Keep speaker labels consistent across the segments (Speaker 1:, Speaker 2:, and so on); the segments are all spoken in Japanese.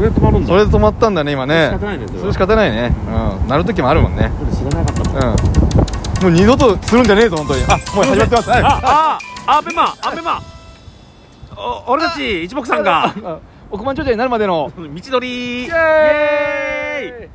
Speaker 1: れで止まるんだ
Speaker 2: それで止まったんだね今ね
Speaker 1: 仕方ないねそれは
Speaker 2: それ仕方ないねうんなる時もあるもんね
Speaker 1: 俺知らなかったもん
Speaker 2: うんもう二度とするんじゃねえぞ本当にあもう始まってますはい
Speaker 1: ああアベマアベマお俺たち一目さんが
Speaker 2: あ億万長者になるまでの
Speaker 1: 道取りイエーイ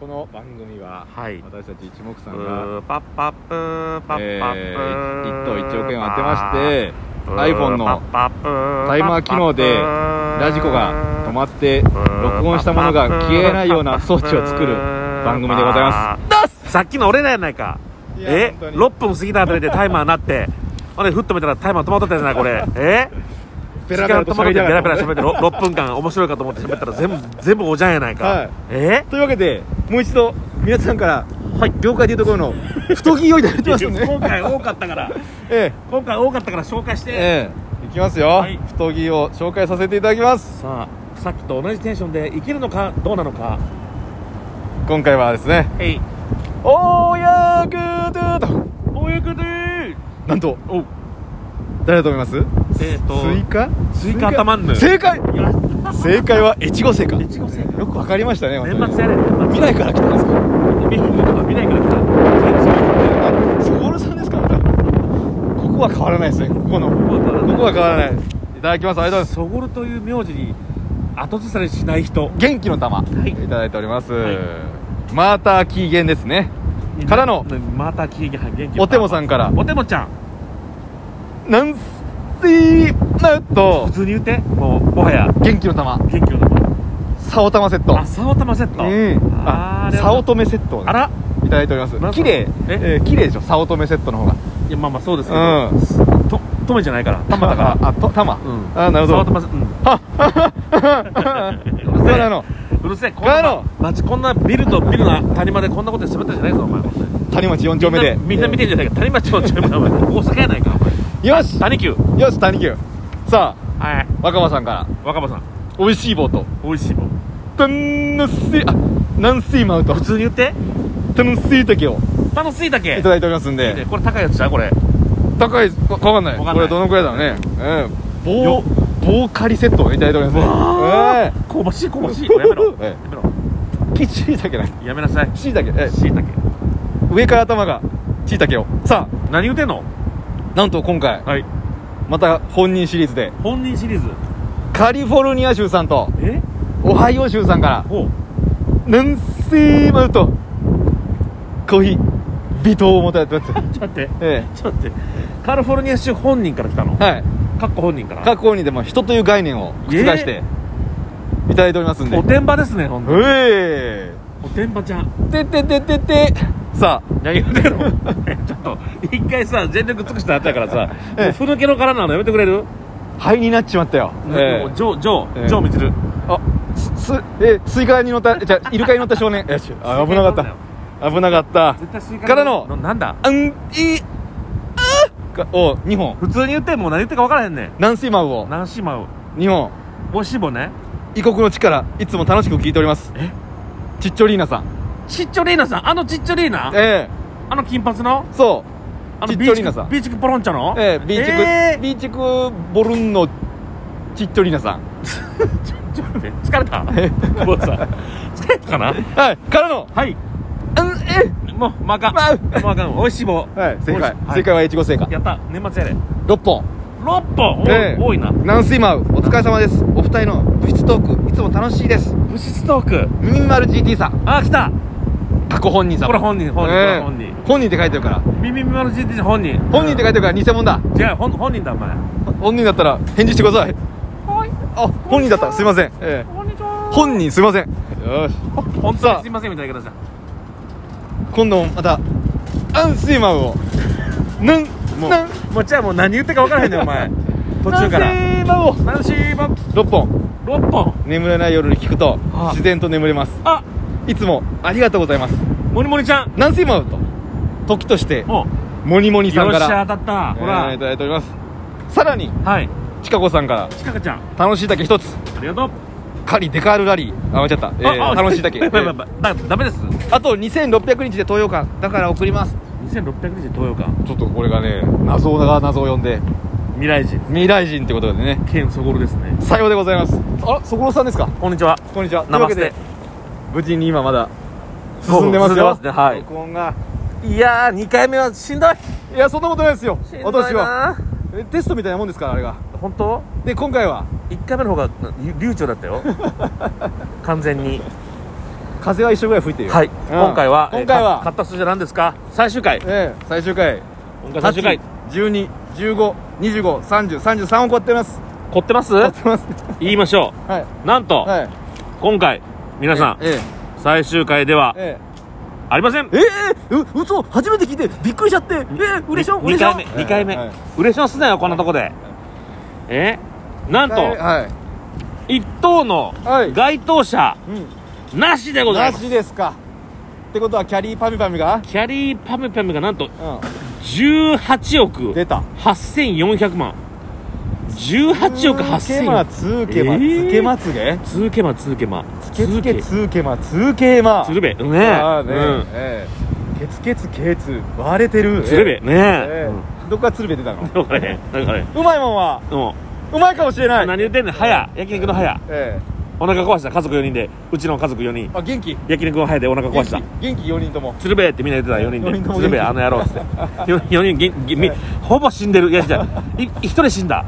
Speaker 2: この番組は、
Speaker 1: はい
Speaker 2: 私たち一目さんが、
Speaker 1: パッパップーパッ
Speaker 2: え
Speaker 1: パップ
Speaker 2: ー、
Speaker 1: ー
Speaker 2: 1等1億円を当てまして、iPhone のタ
Speaker 1: タ
Speaker 2: イマー機能でラジコが止まって、録音したものが消えないような装置を作る番組でございます
Speaker 1: さっきの俺らやないか
Speaker 2: す。
Speaker 1: え6分過ぎたあたりでタイマーなってあれふっと見たらタイマー止まっとったじゃないこれえ
Speaker 2: ペ
Speaker 1: 時
Speaker 2: ラペ
Speaker 1: 間止
Speaker 2: ラと
Speaker 1: まって
Speaker 2: 喋り
Speaker 1: ペ
Speaker 2: なが
Speaker 1: ラ
Speaker 2: ら
Speaker 1: ペラ喋ってろ 6分間面白いかと思って喋ったら全部全部おじゃんやないか、
Speaker 2: はい
Speaker 1: え
Speaker 2: というわけで、もう一度、皆さんから、はい、業界でいうところ の、太着をいただいてますね。
Speaker 1: 今回多かったから
Speaker 2: え
Speaker 1: 今回多かったから紹介し
Speaker 2: え、
Speaker 1: て、
Speaker 2: ええ、いきますよ、
Speaker 1: はい
Speaker 2: 太着を紹介させていただきます。
Speaker 1: さあさっきと同じテンションでいけるのかどうなのか
Speaker 2: 今回はですね、
Speaker 1: えい
Speaker 2: おーやーくーと、
Speaker 1: おやくでー
Speaker 2: なんと、
Speaker 1: お
Speaker 2: 誰だと思います
Speaker 1: えっ、と
Speaker 2: スイカ
Speaker 1: スイカたまんぬ
Speaker 2: 正解
Speaker 1: いや
Speaker 2: 正解は越後製か
Speaker 1: いちごせ
Speaker 2: よくわかりましたね本当に
Speaker 1: 年末やれ年
Speaker 2: 未来から来たんですか
Speaker 1: 末見見ないから来た
Speaker 2: あスゴルさんですかまたここは変わらないですねここのここは変わらないですいただきますありがとうございます
Speaker 1: そごるという名字に後ずさりしない人
Speaker 2: 元気の玉、
Speaker 1: い
Speaker 2: い、ただいております、
Speaker 1: はい
Speaker 2: マーター期限ですねからの
Speaker 1: また喜劇派元気
Speaker 2: おてもさんから
Speaker 1: おてもちゃん
Speaker 2: なんすいなと
Speaker 1: 普通に言うてもうもはや
Speaker 2: 元気の玉
Speaker 1: 元気の玉
Speaker 2: さおたまセット
Speaker 1: あさおたまセット
Speaker 2: うん
Speaker 1: あ
Speaker 2: あ
Speaker 1: ー
Speaker 2: さお
Speaker 1: と
Speaker 2: とめセットをね
Speaker 1: あら
Speaker 2: いただいておりま
Speaker 1: なん
Speaker 2: す
Speaker 1: すか
Speaker 2: 綺麗
Speaker 1: え
Speaker 2: えー綺麗でしょさおとめセットの方が
Speaker 1: いやまあまあそうですけ
Speaker 2: うん
Speaker 1: どととめじゃないから玉だから
Speaker 2: あと玉、
Speaker 1: うん
Speaker 2: あなるほ
Speaker 1: さお
Speaker 2: ど
Speaker 1: たまセット
Speaker 2: そうなの
Speaker 1: うるせえこんな
Speaker 2: ガロ
Speaker 1: 街こんなビルとビルの谷間でこんなこと喋ったんじゃないぞお前
Speaker 2: 谷町4丁目で
Speaker 1: みんなみんな見てんじゃないか谷町のちゃうお前大阪やないかお前
Speaker 2: よし
Speaker 1: 谷久
Speaker 2: よし谷急さあ
Speaker 1: はい
Speaker 2: 若葉さんから
Speaker 1: 若葉さん
Speaker 2: 美味しい棒と
Speaker 1: 美味しいもん
Speaker 2: 楽しいあ軟水舞と
Speaker 1: 普通に言って
Speaker 2: 楽しい時を
Speaker 1: 楽しいだけ
Speaker 2: いただいておりますんで
Speaker 1: これ高いやつじゃんこれ
Speaker 2: 高いわかんない
Speaker 1: わかんない
Speaker 2: これどのくらいだろうねうん棒
Speaker 1: よ
Speaker 2: 棒刈りセットをいただいておりま
Speaker 1: わ
Speaker 2: す
Speaker 1: ー香ばしい香ばしいやめろ
Speaker 2: え
Speaker 1: やめろ
Speaker 2: えきしいたけない
Speaker 1: やめなさい
Speaker 2: しいたけえ
Speaker 1: しいたけ
Speaker 2: 上から頭がしいたけをさ
Speaker 1: 何言うてんの
Speaker 2: あなんと今回
Speaker 1: はい
Speaker 2: また本人シリーズで
Speaker 1: 本人シリーズ
Speaker 2: カリフォルニア州さんと
Speaker 1: え
Speaker 2: オハイオ州さんから
Speaker 1: おう
Speaker 2: 軟水舞とコーヒー微糖をもたれて ま
Speaker 1: ち
Speaker 2: す
Speaker 1: ょっと待って
Speaker 2: え
Speaker 1: ちょっと待ってカリフォルニア州本人から来たの
Speaker 2: えはい
Speaker 1: かっこ本人から
Speaker 2: 過去にでも人という概念を覆していただいておりますんで
Speaker 1: おてんばですねほんと
Speaker 2: え
Speaker 1: おてんばちゃん
Speaker 2: えてててててさあ
Speaker 1: 何言うてんのちょっと一回さ全力尽くしてあったからさ
Speaker 2: ええ
Speaker 1: もうふぬけの殻なのやめてくれる
Speaker 2: 灰になっちまったよえ
Speaker 1: もうジョージョ
Speaker 2: え
Speaker 1: ー
Speaker 2: え
Speaker 1: ジョーみつる
Speaker 2: ーあすすえスイカに乗ったじゃあイルカに乗った 少年えちあ危なかった危なかった
Speaker 1: 絶対スイカ
Speaker 2: からの
Speaker 1: なんだ
Speaker 2: あんいあがを2本
Speaker 1: 普通に言ってもう何言ってるか分からへんねん
Speaker 2: 南水マウを
Speaker 1: 何しまう
Speaker 2: 2本
Speaker 1: おしぼね
Speaker 2: 異国の地からいつも楽しく聞いております
Speaker 1: え
Speaker 2: ちっちょリーナさん
Speaker 1: ちっちょリーナさんあのちっちょリーナ
Speaker 2: ええ
Speaker 1: あの金髪の
Speaker 2: そう
Speaker 1: あの
Speaker 2: ちっちょ
Speaker 1: ビーチ
Speaker 2: リーナさん
Speaker 1: ビーチクポロンチャの
Speaker 2: ええ、ビーチク、
Speaker 1: え
Speaker 2: ビーチクボルンのちっちょりなさん。
Speaker 1: ーちょっと待って疲れた
Speaker 2: え
Speaker 1: もうさ疲れたかな
Speaker 2: はい、からの、
Speaker 1: はい
Speaker 2: うん、え
Speaker 1: もうまか
Speaker 2: まう
Speaker 1: まかんおいしい棒
Speaker 2: はい、正解。
Speaker 1: はい
Speaker 2: 正解は越後製菓。
Speaker 1: やった年末やれ
Speaker 2: 6本。
Speaker 1: 六本お
Speaker 2: ええ
Speaker 1: 多いな
Speaker 2: 軟水マウ、お疲れ様です。お二人の物質トーク、いつも楽しいです。
Speaker 1: 物質トーク
Speaker 2: ミニマル GT さん、
Speaker 1: あ来た
Speaker 2: 過去本人さん。
Speaker 1: これ本人本人、
Speaker 2: ええ
Speaker 1: これ本人
Speaker 2: 本人って書いてるから。
Speaker 1: ミミミマル GT 本人
Speaker 2: 本人って書いてるから偽物だ。
Speaker 1: 違う本本人だお前
Speaker 2: 本人だったら返事してください。
Speaker 1: はい
Speaker 2: あ、本人だった。すいません。ええ
Speaker 1: こんにちは
Speaker 2: 本人すいません。よし。
Speaker 1: 本当
Speaker 2: さ
Speaker 1: に
Speaker 2: あ
Speaker 1: すいませんみたいな言い方した
Speaker 2: 今度もまた、軟水マウを、なん、
Speaker 1: も
Speaker 2: な
Speaker 1: う
Speaker 2: ん、
Speaker 1: もうじゃあもう何言ってか分からへんねんお前途中から
Speaker 2: 軟水マウを、
Speaker 1: 何しば
Speaker 2: 6本。
Speaker 1: 6本
Speaker 2: 眠れない夜に聞くと
Speaker 1: ああ
Speaker 2: 自然と眠れます
Speaker 1: あ
Speaker 2: いつもありがとうございます
Speaker 1: モニモニちゃん
Speaker 2: 南水マウと時として
Speaker 1: およ
Speaker 2: モニモニ
Speaker 1: っし
Speaker 2: さんから
Speaker 1: ゃ当たったほ
Speaker 2: えーい
Speaker 1: ら
Speaker 2: ただいておりますさらに
Speaker 1: はい
Speaker 2: ちかこさんから
Speaker 1: ちかかちゃん
Speaker 2: 楽しいだけ一つ
Speaker 1: ありがとう
Speaker 2: カリデカールラリーあ間違った、えー楽しいだけ、え
Speaker 1: やばいや
Speaker 2: ー
Speaker 1: ばいだダメです
Speaker 2: あと2600日で東洋館だから送ります
Speaker 1: 2600日東洋館
Speaker 2: ちょっとこれがね謎が謎を呼んで
Speaker 1: 未来人
Speaker 2: 未来人ってことでね
Speaker 1: ケンソゴルですね
Speaker 2: さようでございますあらそころさんですか
Speaker 1: こんにちは
Speaker 2: こんにちはというわ
Speaker 1: 生捨
Speaker 2: けで
Speaker 1: て
Speaker 2: 無事に今まだ進んでま
Speaker 1: そ
Speaker 2: す
Speaker 1: う
Speaker 2: よ
Speaker 1: 進んでますねはい
Speaker 2: 録音が
Speaker 1: いやー2回目はしんどい
Speaker 2: いやそんなことないですよ
Speaker 1: しんど
Speaker 2: 私
Speaker 1: い
Speaker 2: は
Speaker 1: な
Speaker 2: えテストみたいなもんですからあれが
Speaker 1: 本当
Speaker 2: で今回は
Speaker 1: ?1 回目の方が流暢だった よ完全に
Speaker 2: 風は一緒ぐらい吹いてるよ
Speaker 1: はい、
Speaker 2: うん
Speaker 1: 今回は
Speaker 2: 今回
Speaker 1: えーか買
Speaker 2: は
Speaker 1: った数字は何ですか最終回
Speaker 2: ええ最終回
Speaker 1: 今回最終回
Speaker 2: 1215253033を超えてます
Speaker 1: 凝って ます
Speaker 2: 超えてます
Speaker 1: 言いましょ
Speaker 2: はいう
Speaker 1: なんと、
Speaker 2: はい
Speaker 1: 今回皆さん
Speaker 2: ええ
Speaker 1: 最終回では
Speaker 2: え
Speaker 1: ありません
Speaker 2: えええう嘘初めて聞いてびっくりしちゃってええうれしょうれ
Speaker 1: 2
Speaker 2: しょ
Speaker 1: 回目二回目、
Speaker 2: はいはい
Speaker 1: 嬉しますなよこんなとこでえなんと
Speaker 2: はい
Speaker 1: 一等の
Speaker 2: はい
Speaker 1: 該当者
Speaker 2: うん
Speaker 1: なしでござい
Speaker 2: な
Speaker 1: ます
Speaker 2: しですかってことはキャリーパミパミが
Speaker 1: キャリーパムパムがなんと
Speaker 2: う
Speaker 1: 18
Speaker 2: ん
Speaker 1: 億
Speaker 2: 出た
Speaker 1: 8400万18億
Speaker 2: つけま
Speaker 1: 8000
Speaker 2: つけま
Speaker 1: えー
Speaker 2: つけまつげ
Speaker 1: 続けま続けま
Speaker 2: つけつ
Speaker 1: 続
Speaker 2: け
Speaker 1: け
Speaker 2: つけまつけま
Speaker 1: つるべね
Speaker 2: あーね
Speaker 1: うん
Speaker 2: ええケツケツケツ割れてる
Speaker 1: つるべ
Speaker 2: え
Speaker 1: ね
Speaker 2: えどっから鶴瓶出たの
Speaker 1: だからねだからね
Speaker 2: うまいもんは
Speaker 1: も
Speaker 2: うまいかもしれな
Speaker 1: う
Speaker 2: い
Speaker 1: 何言ってんねん早焼肉の早
Speaker 2: え
Speaker 1: お腹壊した家族4人でうちの家族4人
Speaker 2: えあ元気
Speaker 1: 焼肉の早でお腹壊
Speaker 2: 元
Speaker 1: し
Speaker 2: 気
Speaker 1: た
Speaker 2: 元気4人とも
Speaker 1: 鶴瓶ってみんな言ってた4人
Speaker 2: 四人
Speaker 1: で
Speaker 2: とも
Speaker 1: 鶴瓶あの野郎っつって4人げんげんみ
Speaker 2: はい
Speaker 1: ほぼ死んでるいやじゃ1人死んだ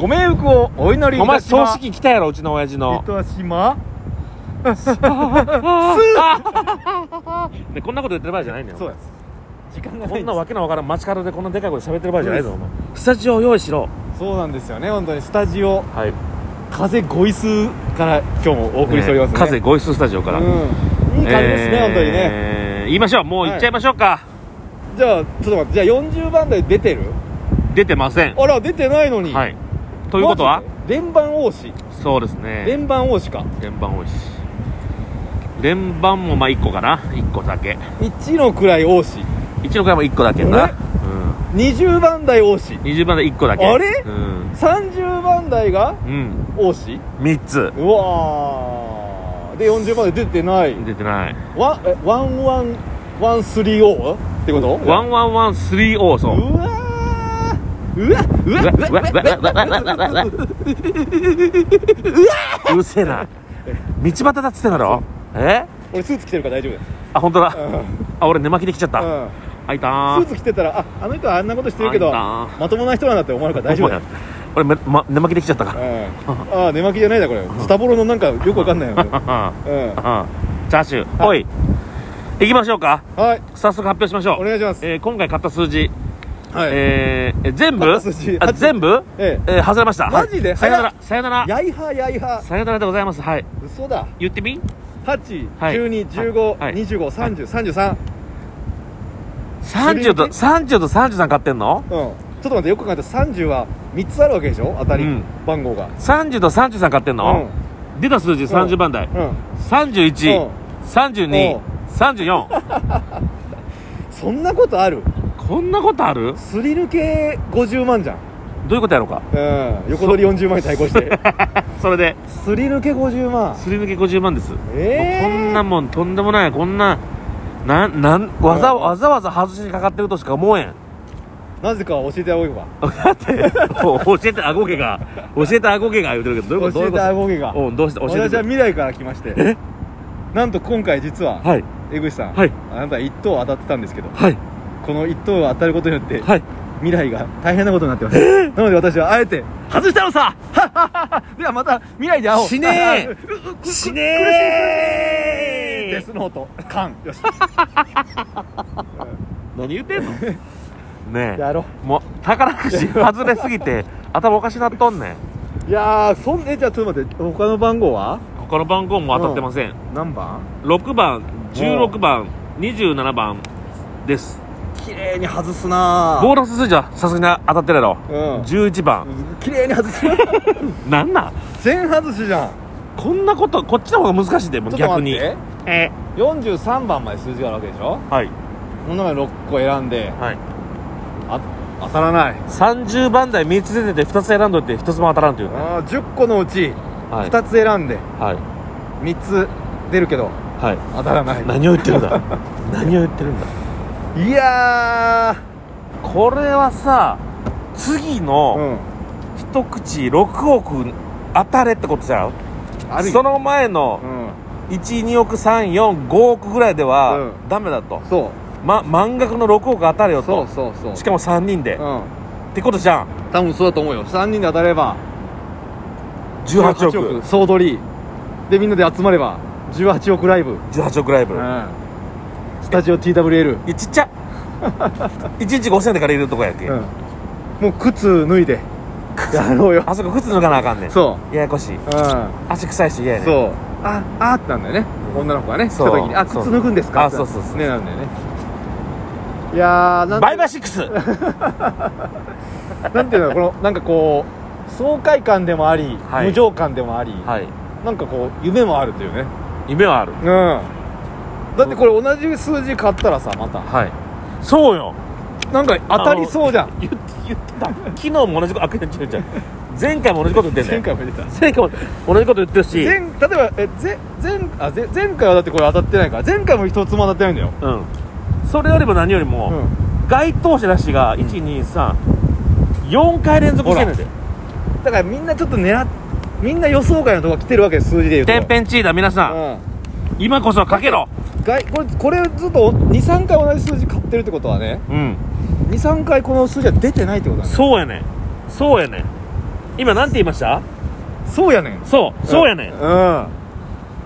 Speaker 2: ご冥福をお祈りい
Speaker 1: お前
Speaker 2: たしま
Speaker 1: 葬式来たやろうちの親父の
Speaker 2: いたしま
Speaker 1: ねこんなこと言ってる場合じゃないんだ
Speaker 2: そう
Speaker 1: よ
Speaker 2: です時間がな
Speaker 1: こ
Speaker 2: い
Speaker 1: ん
Speaker 2: ん
Speaker 1: な
Speaker 2: で
Speaker 1: わけのわからん街角でこんなでかい声喋ってる場合じゃないぞお前スタジオを用意しろ
Speaker 2: すそうなんですよね本当にスタジオ
Speaker 1: はい
Speaker 2: 風ごいすから今日もお送りしておりますね
Speaker 1: 風ゴイススタジオから
Speaker 2: うんいい感じですね、本当にね
Speaker 1: ね言いましょうもう行っちゃいましょうか
Speaker 2: じゃあちょっと待ってじゃあ40番台出てる
Speaker 1: 出てません
Speaker 2: あら出てないのに
Speaker 1: はいということは
Speaker 2: マジで連番王子
Speaker 1: そうですね
Speaker 2: 連番王子か
Speaker 1: 連番多いし連番もまあ1個かな1個だけ
Speaker 2: 一の位王子
Speaker 1: 一の位も1個だけな、
Speaker 2: あれ20番台王子
Speaker 1: うん、20番で1個だけ
Speaker 2: あれ
Speaker 1: うん、
Speaker 2: 30番台が
Speaker 1: うん、
Speaker 2: 王子
Speaker 1: 3つ
Speaker 2: うわーで40番台出てない
Speaker 1: 出てない
Speaker 2: ワンえワンワンワンスリーオーってこと
Speaker 1: ワ
Speaker 2: ン
Speaker 1: ンワンワンスリーオー
Speaker 2: う
Speaker 1: ソン
Speaker 2: わーうわうわうわ
Speaker 1: うるせえな道端だっつってんだろえ
Speaker 2: 俺スーツ着てるから大丈夫です
Speaker 1: あ本当
Speaker 2: う
Speaker 1: だ
Speaker 2: ん
Speaker 1: あ俺寝巻きできちゃった
Speaker 2: うん
Speaker 1: 開いた
Speaker 2: スー
Speaker 1: ー
Speaker 2: ツ着てたらああの人はあんなことしてるけど
Speaker 1: あいいな
Speaker 2: まともな人なんだって思われるから大丈夫だよ
Speaker 1: 俺め、ま、寝巻きできちゃったか
Speaker 2: うんああ寝巻きじゃないだこれスタボロのなんかよくわかんないよ、ね、
Speaker 1: ら
Speaker 2: うん
Speaker 1: うんチャーシューおい行きましょうか
Speaker 2: はい
Speaker 1: 早速発表しましょ
Speaker 2: お
Speaker 1: う、
Speaker 2: 願いします
Speaker 1: えー今回買った数字、
Speaker 2: はい
Speaker 1: えーえ全部
Speaker 2: 買った数字
Speaker 1: あ全部
Speaker 2: え
Speaker 1: えー、外れました
Speaker 2: マジで
Speaker 1: はいさよならさよなら
Speaker 2: えやいはやいは
Speaker 1: さよならでございますはい
Speaker 2: 嘘だ
Speaker 1: 言ってみ
Speaker 2: 8
Speaker 1: はい
Speaker 2: 12、
Speaker 1: はい
Speaker 2: 15、25、30、33
Speaker 1: 30と30と33買ってんの
Speaker 2: うんちょっと待ってよく考えたら30は3つあるわけでしょ当たり
Speaker 1: うん
Speaker 2: 番号が
Speaker 1: ?30 と33買ってんの、出た数字30番台、
Speaker 2: うんうんうんうん
Speaker 1: 313234
Speaker 2: そんなことある
Speaker 1: こんなことある
Speaker 2: すり抜け50万じゃん
Speaker 1: どういうことやろうか
Speaker 2: うん横取り40万に対抗して
Speaker 1: それです
Speaker 2: り抜け50万
Speaker 1: すり抜け50万です、
Speaker 2: え
Speaker 1: も
Speaker 2: え
Speaker 1: うこんなもんとんでもないこんななんなんわざ
Speaker 2: うん
Speaker 1: わざわざ外しにかかってるとしか思えん
Speaker 2: なぜか教えてあげれば
Speaker 1: だって教えてあごけが教えてあごけが言うてるけどどういうことど
Speaker 2: 教
Speaker 1: うい
Speaker 2: え
Speaker 1: うこ
Speaker 2: てあげが
Speaker 1: とうんどうして教え
Speaker 2: 私
Speaker 1: て
Speaker 2: は
Speaker 1: くれ
Speaker 2: 未来から来まして
Speaker 1: え
Speaker 2: なんと今回実は
Speaker 1: はい
Speaker 2: 江口さん、
Speaker 1: はい
Speaker 2: あなた1等当たってたんですけど
Speaker 1: はい
Speaker 2: この1等が当たることによって、
Speaker 1: はい
Speaker 2: 未来が大変なことになってますなので私はあえて
Speaker 1: 外したのさ
Speaker 2: ではまた未来で会おう
Speaker 1: しね
Speaker 2: え
Speaker 1: し
Speaker 2: デ
Speaker 1: ねえ
Speaker 2: スノートカンよ し
Speaker 1: 何言ってんのねえ
Speaker 2: やろ
Speaker 1: もう宝くじ外れすぎ て頭おかしなっとんねん
Speaker 2: ういやーそんえじゃあちょっと待って他の番号は
Speaker 1: 他の番号も当たってません、
Speaker 2: 何番
Speaker 1: 6番16番27番です
Speaker 2: 綺麗に外すな
Speaker 1: ボーナス数字はさすがに当たってるやろ
Speaker 2: うん
Speaker 1: 11番
Speaker 2: 綺麗に外す
Speaker 1: なんなん
Speaker 2: 全外しじゃん
Speaker 1: こんなことこっちの方が難しいでもう
Speaker 2: ちょっと
Speaker 1: 逆
Speaker 2: 待っ
Speaker 1: に
Speaker 2: て
Speaker 1: え
Speaker 2: 43番まで数字があるわけでしょ
Speaker 1: はい
Speaker 2: この中に6個選んで
Speaker 1: はい
Speaker 2: あ当たらない
Speaker 1: 30番台3つ出てて2つ選んどいて1つも当たらんというね
Speaker 2: あー10個のうち
Speaker 1: はい
Speaker 2: 2つ選んで
Speaker 1: はい
Speaker 2: 3つ出るけど
Speaker 1: はい
Speaker 2: 当たらない
Speaker 1: 何を言ってるん だ何を言ってるんだ
Speaker 2: いや
Speaker 1: これはさ次の
Speaker 2: ん
Speaker 1: 一口6億当たれってことじゃん
Speaker 2: あるよ
Speaker 1: その前の
Speaker 2: うん
Speaker 1: 12億345億ぐらいでは
Speaker 2: う
Speaker 1: ダメだと、
Speaker 2: そう
Speaker 1: ま、満額の6億当たれよ
Speaker 2: そ
Speaker 1: と
Speaker 2: うそうそう
Speaker 1: しかも3人で、っ
Speaker 2: うん
Speaker 1: てことじゃん
Speaker 2: 多分そうだと思うよ3人で当たれば
Speaker 1: 18億
Speaker 2: 総取りでみんなで集まれば18億ライブ、
Speaker 1: 18億ライブ、
Speaker 2: うん、スタジオ TWL、
Speaker 1: いやちっち ゃ1日5000円で借りれるとこやけ、
Speaker 2: うん、もう靴脱いでやろうよ
Speaker 1: あそこ靴脱がなあかんねん
Speaker 2: そ、
Speaker 1: ややこしいう
Speaker 2: うん、
Speaker 1: 足臭いし嫌やねん
Speaker 2: そうああーってなんだよね女の子がね来た
Speaker 1: そう
Speaker 2: 時に「あ
Speaker 1: そう
Speaker 2: 靴脱ぐんですか?」
Speaker 1: あそうそうそう
Speaker 2: ねなんだよねいやーなん
Speaker 1: バイバイシックスは
Speaker 2: なんていうのこのなんかこう爽快感でもあり、
Speaker 1: はい
Speaker 2: 無情感でもあり、
Speaker 1: い
Speaker 2: なんかこう夢もあるというね
Speaker 1: 夢はある
Speaker 2: うんだってこれ同じ数字買ったらさまた
Speaker 1: はいそうよ
Speaker 2: なんか当たりそうじゃん
Speaker 1: 言って言ってた昨日も同じことあっ違う違う違う前回も同じこと言ってんね
Speaker 2: 前回も出た
Speaker 1: 前回も同じこと言ってるし
Speaker 2: 前例えばえぜ前あぜ前回はだってこれ当たってないから前回も一つも当たってないんだよ、
Speaker 1: うんそれよりも何より
Speaker 2: う
Speaker 1: も、
Speaker 2: ん、
Speaker 1: 該当者なしが1234回連続してんねんで
Speaker 2: だからみんなちょっと狙っみんな予想外のとこ来てるわけです数字で言うと
Speaker 1: 天変地異だ皆さん、
Speaker 2: う
Speaker 1: 今こそかけろ
Speaker 2: ん外これこれずっと23回同じ数字買ってるってことはね
Speaker 1: うん
Speaker 2: 23回この数字は出てないってことだね
Speaker 1: そうやねんそうやねん今なんて言いました
Speaker 2: そうやねん
Speaker 1: そうそうやねん、
Speaker 2: うん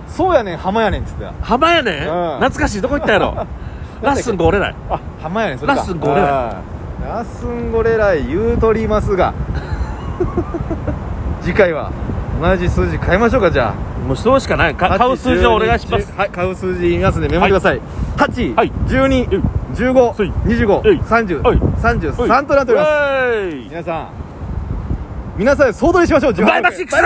Speaker 2: そうやねん浜やねんっつってた
Speaker 1: 浜やねん、
Speaker 2: うん
Speaker 1: 懐かしいどこ行ったや ろラッスンが折れない
Speaker 2: あ浜やねんそれか
Speaker 1: ラッスンゴレライ
Speaker 2: うんラッスンゴレライ言うとりますが 次回は同じ数字変えましょうかじゃあ
Speaker 1: もうそうしかないか買う数字をお願いします
Speaker 2: 8 12はい買う数字言いますんでメモってください、8、
Speaker 1: はい
Speaker 2: 12、
Speaker 1: うん
Speaker 2: 15、
Speaker 1: はいはい
Speaker 2: 25、30、
Speaker 1: はい
Speaker 2: 33となっております
Speaker 1: ます
Speaker 2: 皆さん皆さん総取りしましょう18
Speaker 1: バイバイシックス